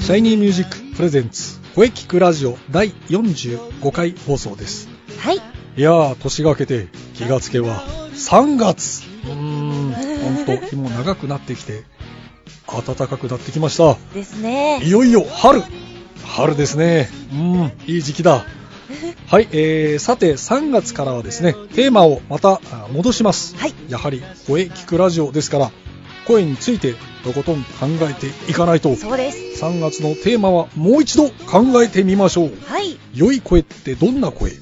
シャイニーミュージックプレゼンツ声聞くラジオ第45回放送ですはい。いやー年が明けて気がつけば3月うーんほんと日も長くなってきて暖かくなってきましたですね。いよいよ春春ですねうんいい時期だはい、えー、さて3月からはですねテーマをまたあ戻します、はいやはり声聞くラジオですから声についてとことん考えていかないとそうです。 3月のテーマはもう一度考えてみましょうはい。良い声ってどんな声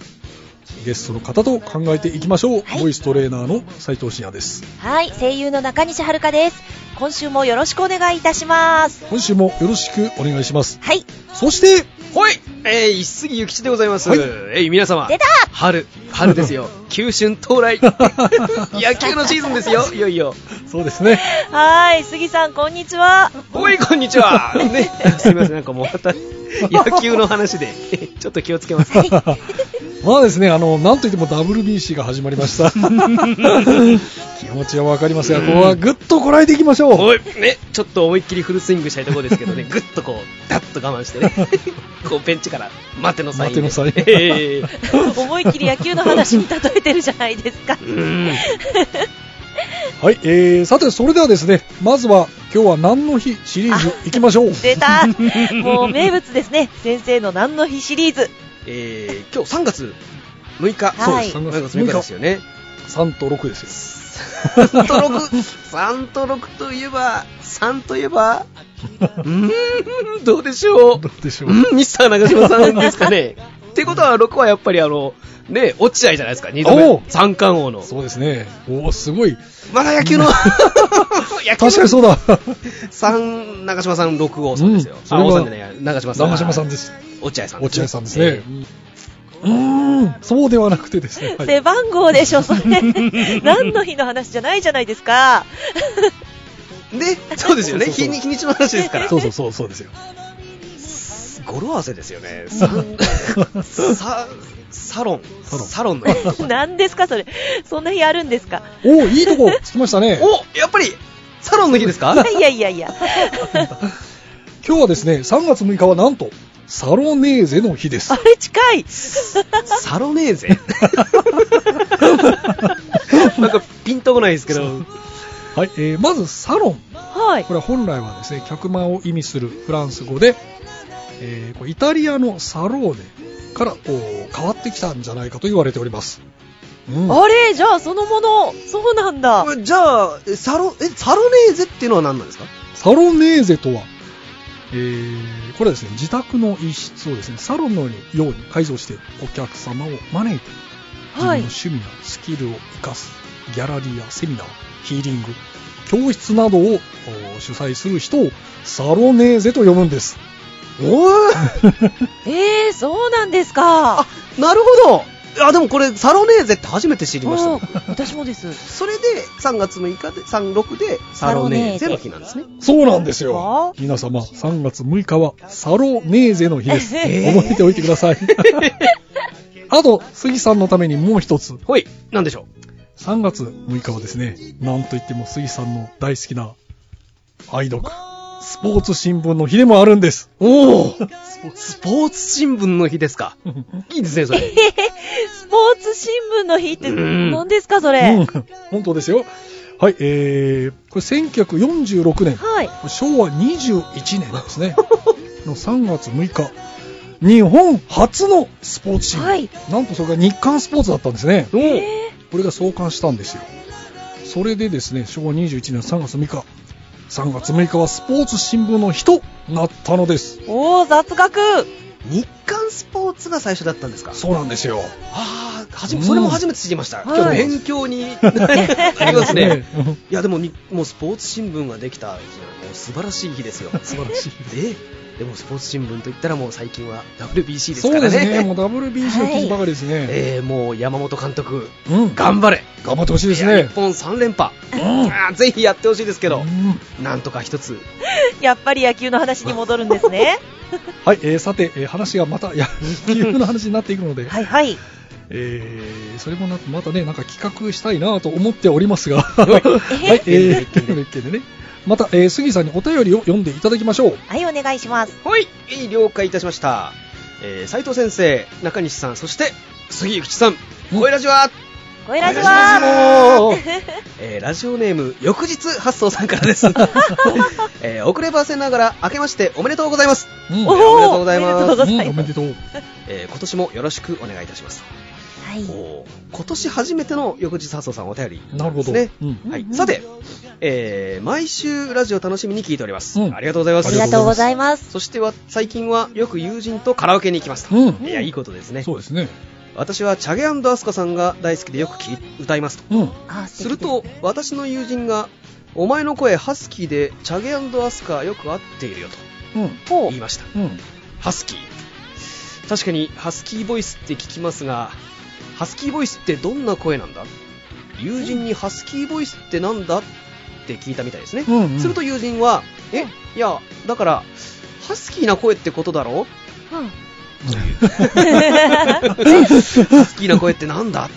ゲストの方と考えていきましょう、はいボイストレーナーの斉藤真也ですはい。声優の中西遥です。今週もよろしくお願いいたします。今週もよろしくお願いしますはい。そしてはい、えー、一杉ゆきちでございます。はいえー、皆様。出た春、春ですよ。急春到来。野球のシーズンですよ、いよいよ。そうですねはい。杉さん、こんにちは。 おい、こんにち は。ね、すみません、なんかもうまた、 野球の話で、ちょっと気をつけます。 まあですねあのなんといっても WBC が始まりました 気持ちはわかりますがここはぐっとこらえていきましょう おい、ね、ちょっと思いっきりフルスイングしたいところですけど ね、ぐっとこう、ダッと我慢して ね、こう、ベンチから、待てのサインで。待てのサイン えー思いっきり野球の話に例えてるじゃないですか。うんはい、えー、さてそれではですねまずは今日は何の日シリーズいきましょう 出たもう名物ですね。先生の何の日シリーズ。えー今日3月6日、はいそうです、3月6日ですよね。 3と6です3と6、三と六といえば、3といえば、ようーん、どうでしょう。どうでしょううん、ミスター長嶋さんですかね。ってことは、6はやっぱりあの、ね、落合じゃないですか、2度おう目。三冠王の。そうですね。おお、すごい。まだ野球の、 野確かにそうだ。 3、長嶋さん6号さんですようん。それあ、は王さんじゃないや、長嶋さん。長嶋さんで。す。落合さん。落合さんですね。うーん、そうではなくてですね。はい背番号でしょ、それ。何の日の話じゃないじゃないですか。えー。で、そうですよね。そうそうそう日に日にちの話ですから。そうそうそう、そうですよ。 語呂合わせですよね。ささサロン。サロンサロンの日。 何ですか、それ。そんな日あるんです か。おお、いいとこつきました ね。おやっぱり、サロンの日ですか いやいやい や。今日はですね、3月6日はなんと、サロネーゼの日ですあ。れ近い。サロネー ゼなんかピンとこないですけど、はい、えー、まずサロン。はいこ。れは本来はですね、客間を意味するフランス語で、えーこうイタリアのサローネからこう変わってきたんじゃないかと言われております。うんあれじゃあそのもの、そうなんだ。じゃあ、えサロ、え、サロネーゼっていうのは何なんですかサロネーゼとは、えーこれはですね、自宅の一室をですね、サロンのように改造してお客様を招いて、自分のはい。趣味やスキルを生かす、ギャラリーやセミナー、ヒーリング、教室などをお主催する人をサロネーゼと呼ぶんです。おーえー、そうなんですかあ。、 なるほどあ、でもこれ、サロネーゼって初めて知りました、おー私もです。それで、3月6日で、3、6で、サロネーゼの日なんですね。そうなんですあよ。皆様、3月6日はサロネーゼの日です。えー覚えておいてください。 あと、杉さんのためにもう一つ。ほい、なんでしょ3月6日はですね、なんといっても杉さんの大好きな愛読、スポーツ新聞の日でもあるんです。うおおスポーツ新聞の日ですか。いいですね、そ れ。スポーツ新聞の日ってうん何ですか、そうんれ。、本当ですよ。はい、えー、これ1946年、はい。昭和21年ですね、 の3月6日、日本初のスポーツ新聞、はいなんとそれが日刊スポーツだったんですね。おーえーこれが創刊したんですよそれでですね昭和21年3月6日3月6日はスポーツ新聞の日となったのですおー、雑学。日刊スポーツが最初だったんですかそうなんですよああはじめそれも初めて知りましはた、い今日勉強に なりますねねうんいやでもみもうスポーツ新聞ができた日はもう素晴らしい日ですよ素晴らしいででもスポーツ新聞といったらもう最近は WBC ですそかうらでねすね、もう WBC の記事ばかりですね。えーもう山本監督うん、頑頑張れ張ってほしいですいやね日。本3連覇、うんあーぜひやってほしいですけど、うんなんとか一つやっぱり野球の話に戻るんです ね。はい、えーさて、えー話がまた野球の話になっていくので、はいはい。えーそれもなまたね、なんか企画したいなと思っておりますが、いはい、えー、別件で別件で別件でね、また、えー杉さんにお便りを読んでいただきましょう。はい、お願いします。はい了解いたしました、えー、斉藤先生中西さんそして杉口さんうん声ラジは声ラジお願はいしますよえーラジオネーム翌日発送さんか らです、えー遅ればせながら明けましておめでとうございます、うんおおーめでとうございおめますでとうございますうんおめでとう。えー今年もよろしくお願いいたしますはい。おー今年初めての翌日発送さんお便りなるほですど。ねうんはういんう、んさて、えー毎週ラジオ楽しみに聞いております、うんありがとうございますありがとうございます。そしては最近はよく友人とカラオケに行きますと、うんいやいいことですねそうですね。私はチャゲアスカさんが大好きでよく聞い歌いますとうん。あする、と私の友人がお前の声ハスキーでチャゲアスカよく合っているよとうん。ほ言いましたうん。ハスキー確かにハスキーボイスって聞きますがハスキーボイスってどんな声なんだ友人にハスキーボイスってなんだって聞いたみたいですね、うんうんすると友人はえいやだからハスキーな声ってことだろ ハスキーな声ってなんだ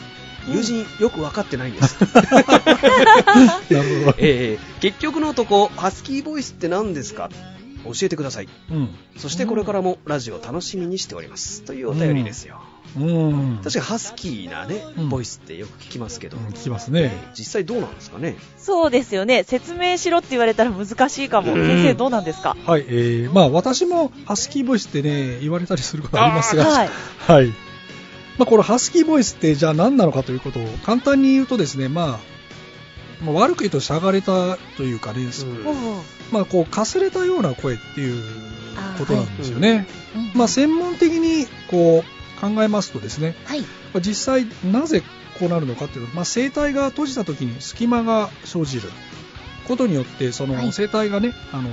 友人よく分かってないんです、なるほど。えー結局のとこハスキーボイスって何ですか教えてくださいうん。そしてこれからもラジオ楽しみにしておりますというお便りですよ、うん。確かにハスキーなね、うんボイスってよく聞きますけど、うん聞きますね。実際どうなんですかねそうですよね。説明しろって言われたら難しいかも。うん先生どうなんですかはい、えー、まあ私もハスキーボイスってね、言われたりすることありますが、はい。 はい。まあ、このハスキーボイスってじゃあ何なのかということを簡単に言うとですね、まあ、まあ悪く言うとしゃがれたというかね、ほうほうまあこうかすれたような声っていうことなんですよあーね。うんまあ専門的にこう考えますとですね、はい。まあ実際なぜこうなるのかっていうと、まあ、声帯が閉じた時に隙間が生じることによってそのはい声帯がね、あの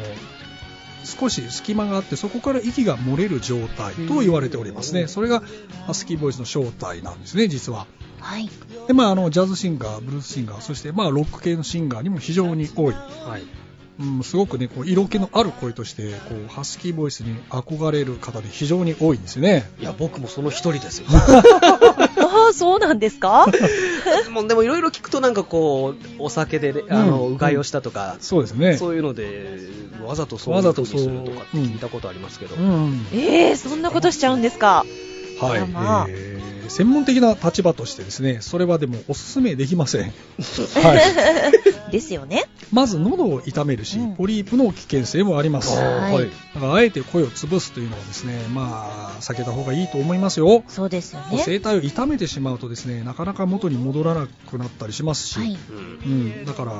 少し隙間があってそこから息が漏れる状態と言われておりますうねんそれがハスキーボイスの正体なんですね実ははい。で、まあ、あのジャズシンガーブルースシンガーそして、まあ、ロック系のシンガーにも非常に多い、はい、うん、すごくねこう色気のある声としてこうハスキーボイスに憧れる方で非常に多いんですよねいや僕もその一人 ですよああ、そうなんです かもうでもいろいろ聞くとなんかこうお酒で、ね、あのうんうがいをしたとか、そうですねそういうのでわざとそういう風にするとかって聞いたことありますけど、うんええそんなことしちゃうんですかはい、あらまあえー専門的な立場としてですねそれはでもおすすめでき ません、はい、ですよね。まず喉を痛めるし、うんポリープの危険性もあります、はいはいだからあえて声を潰すというのはですねまあ避けた方がいいと思いますよそうですよ声ね。帯を痛めてしまうとですねなかなか元に戻らなくなったりしますし、はい。うんうん、だから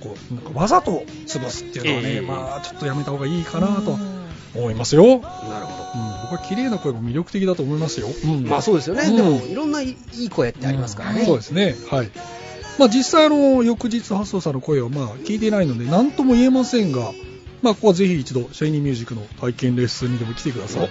こうなんかわざと潰すっていうのはね、ええまあちょっとやめた方がいいかなうとん思いますよ、うん、僕なるほは綺麗な声も魅力的だと思いますよ、うど、んまあそうですよね、うんでもいろんないいい声ってありますからね、うんそうですね。はい。まあ実際あの翌日発送さんの声はまあ聞いていないので何とも言えませんが、まあここはぜひ一度シャイニーミュージックの体験レッスンにでも来てください。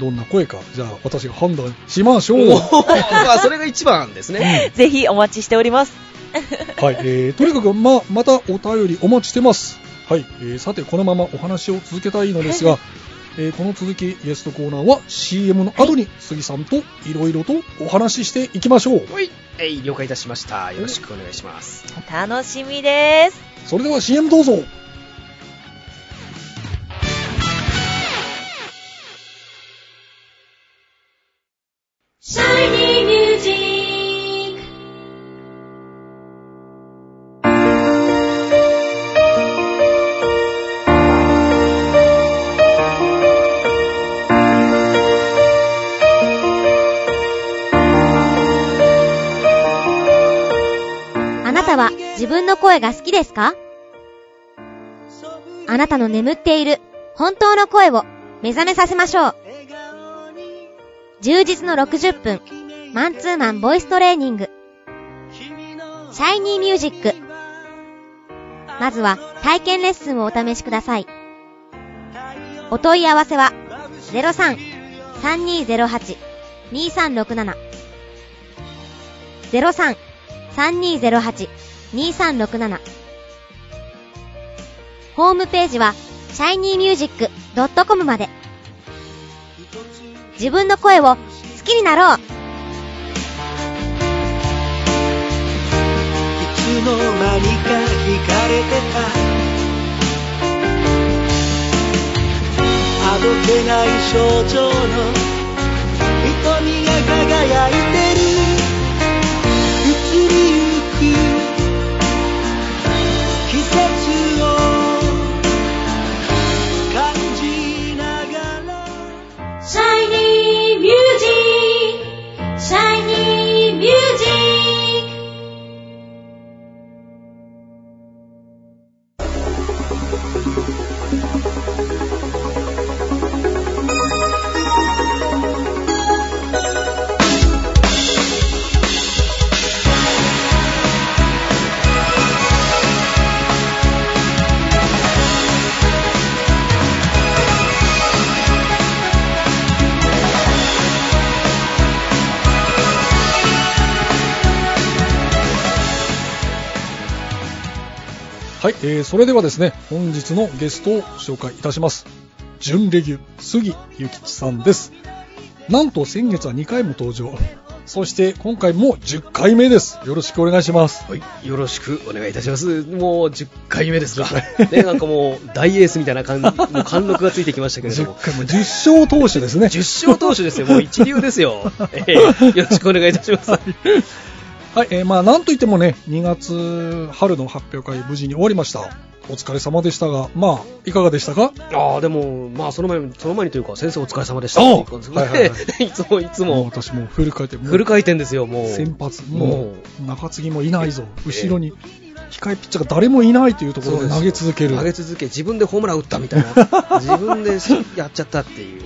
どんな声かじゃあ私が判断しましょう。おー まあそれが一番ですね、ぜひお待ちしております。 はい、えー、とにかく、まあ、またお便りお待ちしてます。はい、えー、さて、このままお話を続けたいのですが、えー、この続き、ゲストコーナーは CM の後に杉さんといろいろとお話ししていきましょう。はい、えい了解いたしましたよろしくお願いします楽しみです。それでは CM どうぞ。あなたは自分の声が好きですかあなたの眠っている本当の声を目覚めさせましょう。充実の60分、マンツーマンボイストレーニング。シャイニーミュージック。まずは体験レッスンをお試しください。お問い合わせは03-3208-2367 03-3208-2367ホームページは shinymusic.com まで自分の声を好きになろうつの間にか惹かれてたあどけない症状の瞳が輝いてる移りゆく季節を感じながら Shiny music, shiny music. はい、えー、それではですね、本日のゲストを紹介いたします。準レギュ、杉ゆきちさんです。なんと先月は2回も登場。そして今回も10回目です。よろしくお願いします。はい、よろしくお願いいたします。もう10回目ですか。ね、なんかもう大エースみたいな感じ、もう貫禄がついてきましたけれど10も。回も10勝投手ですね。 10勝投手ですよ。もう一流です よ。ええよろしくお願いいたします。はい、えー、まあなんといってもね、2月春の発表会無事に終わりました。お疲れ様でしたが、まあいかがでしたか？ああ、でも、まあ、その前に、その前にというか、先生お疲れ様でしたっていうことですね。おうはいはいは いつも、いつもうも、私もうフル回転、もうフル回転ですよ、もう。先発、ももう中継ぎもいないぞ、後ろに控えピッチャーが誰もいないというところで投げ続ける。投げ続け、自分でホームラン打ったみたい な。自分でやっちゃったっていう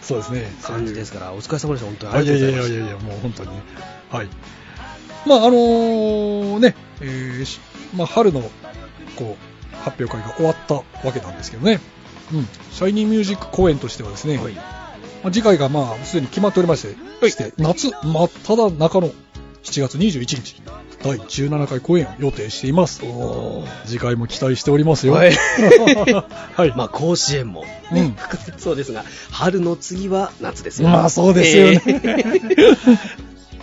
そうですね。感じですから、お疲れ様でした、本当に。あありいがやとういごやざいいまやす。いやいや、もう本当に。はい。まああのーね、えーしまあ春のこう発表会が終わったわけなんですけどね。うん、シャイニーミュージック公演としてはですね、はいまあ次回がまあすでに決まっておりまして、して夏真っ只中の7月21日、第17回公演を予定しています。次回も期待しておりますよ。はい はい。まあ、甲子園も、うん。 そうですが、春の次は夏ですよ。 まあそうですよね。え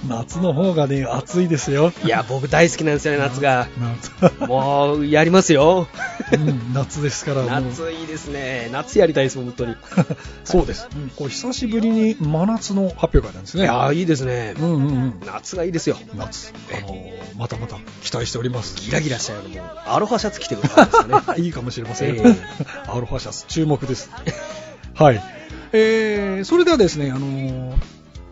夏の方がね、暑いですよ。えいや、僕大好きなんですよね、夏が。夏もう、やりますよ。うん 夏ですからもう夏いいですね。夏やりたいです、本当 に。そうです、うんこう久しぶりに真夏の発表会なんですいねやー、いいですねう。んうんうん夏がいいですよ。夏、えあのーまたまた期待しておりますギラギラしたようなもう、アロハシャツ着てくださいです かね。いいかもしれません、え アロハシャツ注目です はい、えー、それではですね、あのー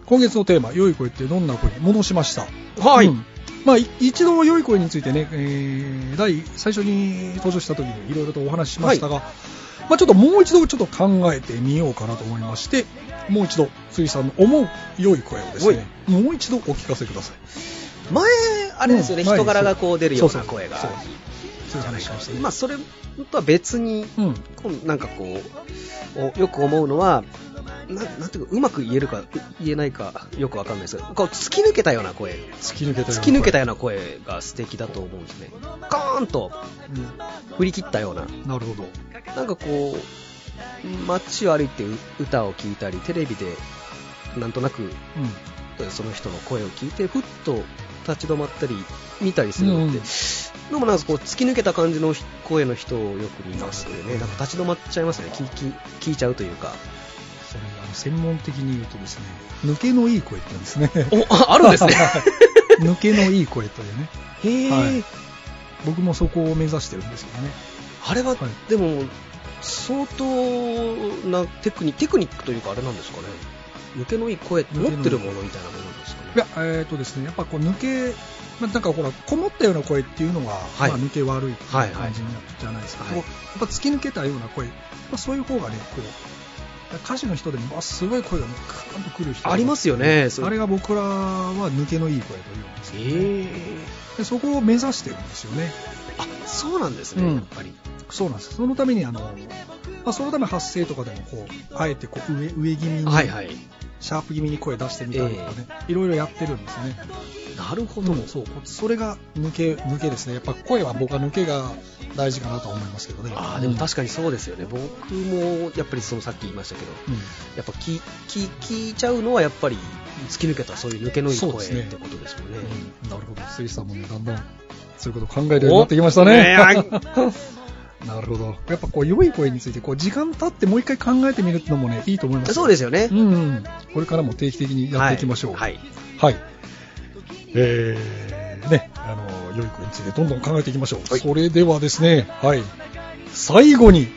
今月のテーマ「良い声ってどんな声?」に戻しましたはい。うんまあ、い一度良い声についてね、えー第最初に登場した時にいろいろとお話ししましたが、まあ、ちょっともう一度ちょっと考えてみようかなと思いましてもう一度辻さんの思う良い声をですねもう一度お聞かせください前、あれですよね、うん前人柄がこう出るような声が。そうそうそういう話しましたねまあ、それとは別に、うんこうなんかこうおよく思うのはななんていうかうまく言えるか言えないかよくわかんないですけどこう突き抜けたような声突き抜けたような声突き抜けたような声が素敵だと思うんですねカーンと振り切ったようなうんなるほどなんかこう街を歩いてう歌を聴いたりテレビでなんとなくうその人の声を聞いてふっと立ち止まったり見たりするのって、うんうんでもなんかこう突き抜けた感じの声の人をよく見ますよねなんか立ち止まっちゃいますね聞い聞い聞いちゃうというかんそれあの専門的に言うとですね抜けのいい声って言うんですねおああるん ですね 抜けのいい声というねへえ、はい僕もそこを目指してるんですけどねあれは、はいでも相当なテクニテクニックというかあれなんですかね抜けのいい声持ってるものみたいなものなんですかねいや、えーとですね、やっぱこう抜け、まあ、なんかほら、こもったような声っていうのは、いまあ、抜け悪いっていうはいはい感じになるじゃないですか、はいこうやっぱ突き抜けたような声、まあ、そういう方がね、こう、歌手の人でもあすごい声がねカーンとくる人ありますよねそうあれが僕らは抜けのいい声というんですよええでそこを目指してるんですよねあそうなんですね、うんやっぱりそうなんですそのためにあの、まあ、そのため発声とかでもこうあえてこう上上気味に、はいはいシャープ気味に声出してみたりとかね、いろいろやってるんですねなるほでど、もそうそれが抜け抜けですねやっぱ声は僕は抜けが大事かなと思いますけどねああでも確かにそうですよね、僕もやっぱりそのさっき言いましたけどうん、うんやっぱ聞聞聞いちゃうのはやっぱり突き抜けたそういう抜けのいい声そうですねってことですもんねうんなるほど、スイさんもね、だんだんそういうことを考えるようになってきましたね。 なるほど。やっぱこう、良い声について、こう、時間経ってもう一回考えてみるってのもね、いいと思います。そうですよね、うんうん。これからも定期的にやっていきましょう。はい、はいはい。えー、ね、あの、良い子についてどんどん考えていきましょう。はいそれではですね、はい。最後に、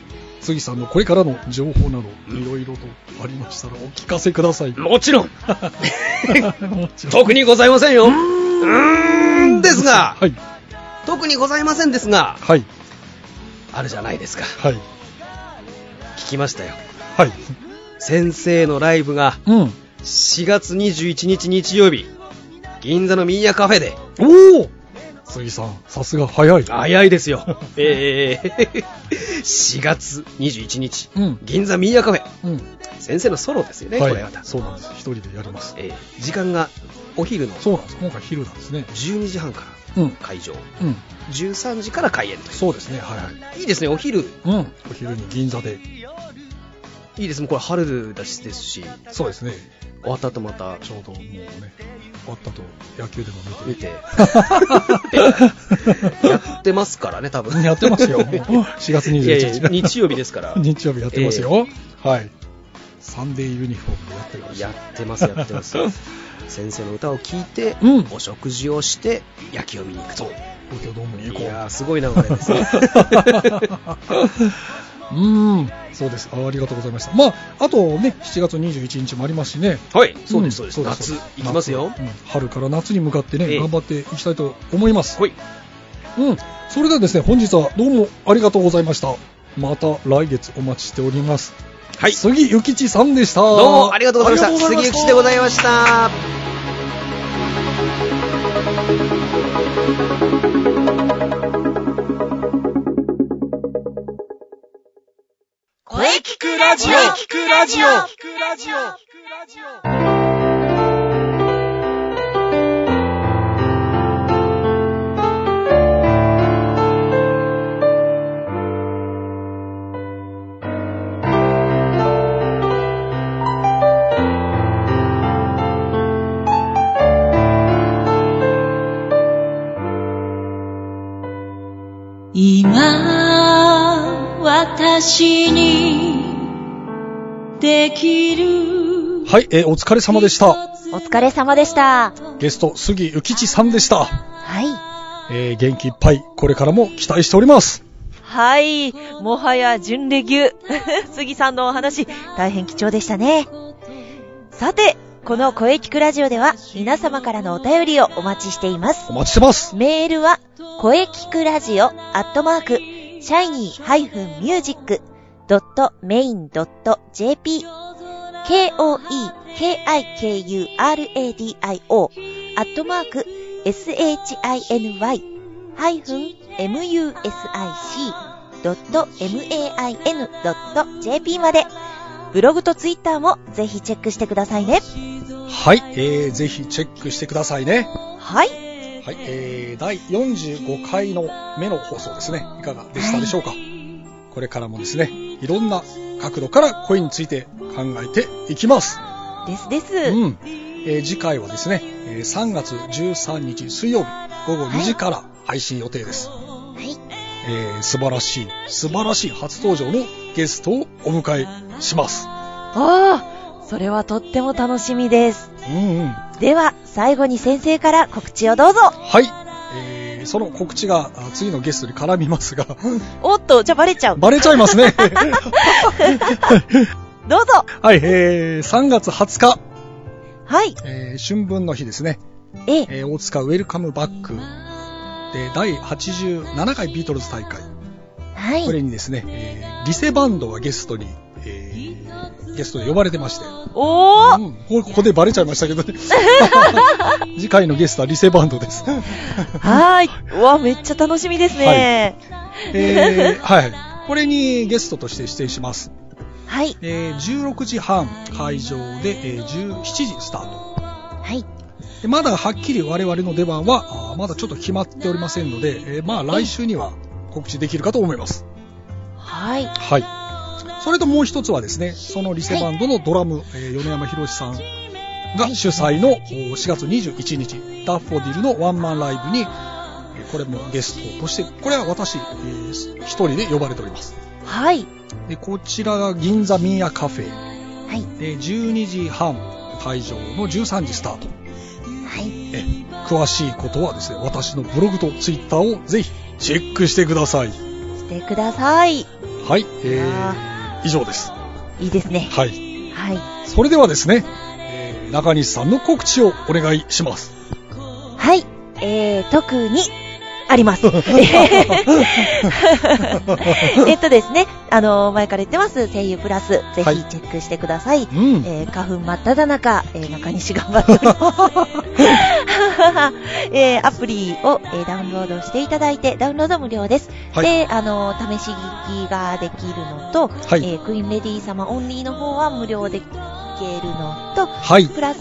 杉さんのこれからの情報など、いろいろとありましたらお聞かせください。もちろん もちろん特にございませんようーんですが、はい。特にございませんですがはい。あるじゃないですかはい。聞きましたよはい。先生のライブがうん。 4月21日日曜日銀座のミーヤカフェでおお杉さん、さすが早い。早いですよ えー、4月21日、うん銀座ミーヤカフェうん。先生のソロですよね、はいこれまた、そうなんです。一人でやります。えー時間がお昼のそうなんです。今回昼なんですね。 12時半かうん。ら会場うん。 13時から開演といそうですね。はいはい。ういいですねお昼うん。お昼に銀座で。いいですもうこれ春だしですしそうですね。終わった後またちょうどもうね、終わったと野球でも見 見て。てやってますからね多分やってます よ。もう4月いやいや21日。日曜日ですから 日曜日やってますよ。はい。サンデーユニフォームでやってるからやってますやってます 先生の歌を聴いて、うんお食事をして野球を見に行くと東京ドームに行こ。いうやーすごい流れです ね うーん、そうです。あありがとうございました。まあ、あとね、7月21日もありますしね。はいそうですそうんです夏行きますよ夏うん春から夏に向かってね、ええ頑張っていきたいと思います。はいうん。それではですね、本日はどうもありがとうございました。また来月お待ちしております。はい杉ゆきちさんでした。どうもありがとうございまありしがたとうござ杉いゆまきでございました声聞くラジオ聞くラジオ今、私に、できる。はい、えーお疲れ様でした。お疲れ様でした。ゲスト、杉ゆきちさんでした。はい。えー元気いっぱい、これからも期待しております。はい。もはや準レギュ。 杉さんのお話、大変貴重でしたね。さて、この声聞くラジオでは皆様からのお便りをお待ちしていますお。待ちしてます。メールは、声聞くラジオアットマーク、シャイニー -music.main.jp k-o-e-k-i-k-u-r-a-d-i-o アットマーク、shiny-music.main.jp まで、ブログとツイッターもぜひチェックしてくださいね。はい、えーぜひチェックしてくださいね。はい。はい、えー第45回の目の放送ですね。いかがでしたでしょうか、これからもですね、いろんな角度から声について考えていきます。ですです。うん。えー次回はですね、えー3月13日水曜日午後2時から配信予定です。はい。えー素晴らしい、素晴らしい初登場のゲストをお迎えします。ああ、それはとっても楽しみです。うんうん。では、最後に先生から告知をどうぞ。はい。えーその告知があ次のゲストに絡みますが、 おっと、じゃあバレちゃう。バレちゃいますね。 どうぞ。はい、えー3月20日、はい。えー春分の日ですね、ええ、えー大塚ウェルカムバックで第87回ビートルズ大会、はこい。れにですね、えーリセバンドがゲストに、えーゲストで呼ばれてまして、おーうんこここでバレちゃいまし たけど ね次回のゲストはリセバンドです、はーい。うわ、めっちゃ楽しみですね。えーはいこれにゲストとして指定します、はい。えー16時半会場で、えー17時スタートはい。でまだはっきり我々の出番はあーまだちょっと決まっておりませんので、えーまあ来週には告知できるかと思いますはい。はい。それともう一つはですね、そのリセバンドのドラム、えー米山博さんが主催のお4月21日、ダッフォディルのワンマンライブに、えーこれもゲストとして、これは私、えー一人で呼ばれております。はい。でこちらが銀座ミーアカフェ。はい。で12時半会場の13時スタート。はい。え詳しいことはですね、私のブログとツイッターをぜひチェックしてください。してください。いはい、えあー、以上です。いですね。はい。はい。それではですね、えー中西さんの告知をお願いします。はい。えー、特に、あり ます。えっとですね、あの、前から言ってます、声優プラス、ぜひチはいェックしてください。うん。えー花粉真っ只中、えー中西頑張っております。 えーアプリを、えーダウンロードしていただいて、ダウンロード無料です。はいで、あのー試し聞きができるのと、はいえークイーンレディー様オンリーの方は無料で聞けるのと、はい。プラス、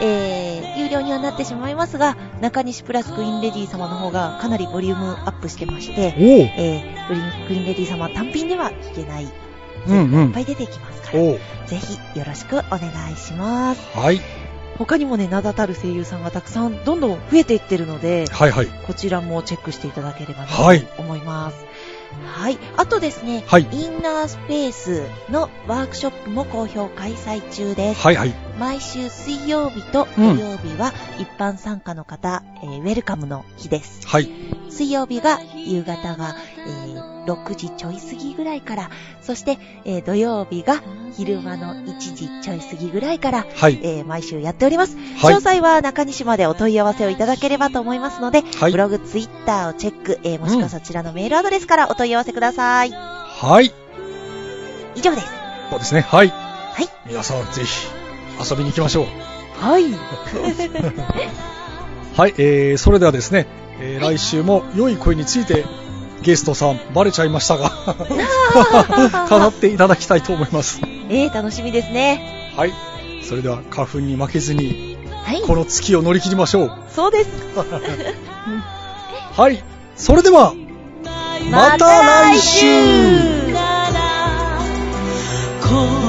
えー有料にはなってしまいますが、中西プラスクイーンレディー様の方がかなりボリュームアップしてまして、おう。えークイーンクイーンレディー様単品では聞けない、いっうんうん。ぱい出てきますから、おう。ぜひよろしくお願いします。はい。他にもね、名だたる声優さんがたくさんどんどん増えていってるので、はいはい。こちらもチェックしていただければなとはい。思います。はい。あとですね、はい。インナースペースのワークショップも好評開催中です。はいはい。毎週水曜日と土曜日は一般参加の方、えーウェルカムの日です。はい。水曜日が夕方が、えー6時ちょい過ぎぐらいから、そして、えー土曜日が昼間の1時ちょい過ぎぐらいから、はい。えー毎週やっております。はい詳細は中西までお問い合わせをいただければと思いますので、はいブ。ログ、ツイッターをチェック、えーもしくはそちらのメールアドレスからお問い合わせください。はい。以上です。そうですね。はい。はい。皆さんぜひ遊びに行きましょう。はい。はい。えー、それではですね、えー来週も良い声についてゲストさんバレちゃいまし たが、語っていただきたいと思います。えー、楽しみですね。はい。それでは花粉に負けずに、はい。この月を乗り切りましょう。そうです。はい。それでは、また来週こ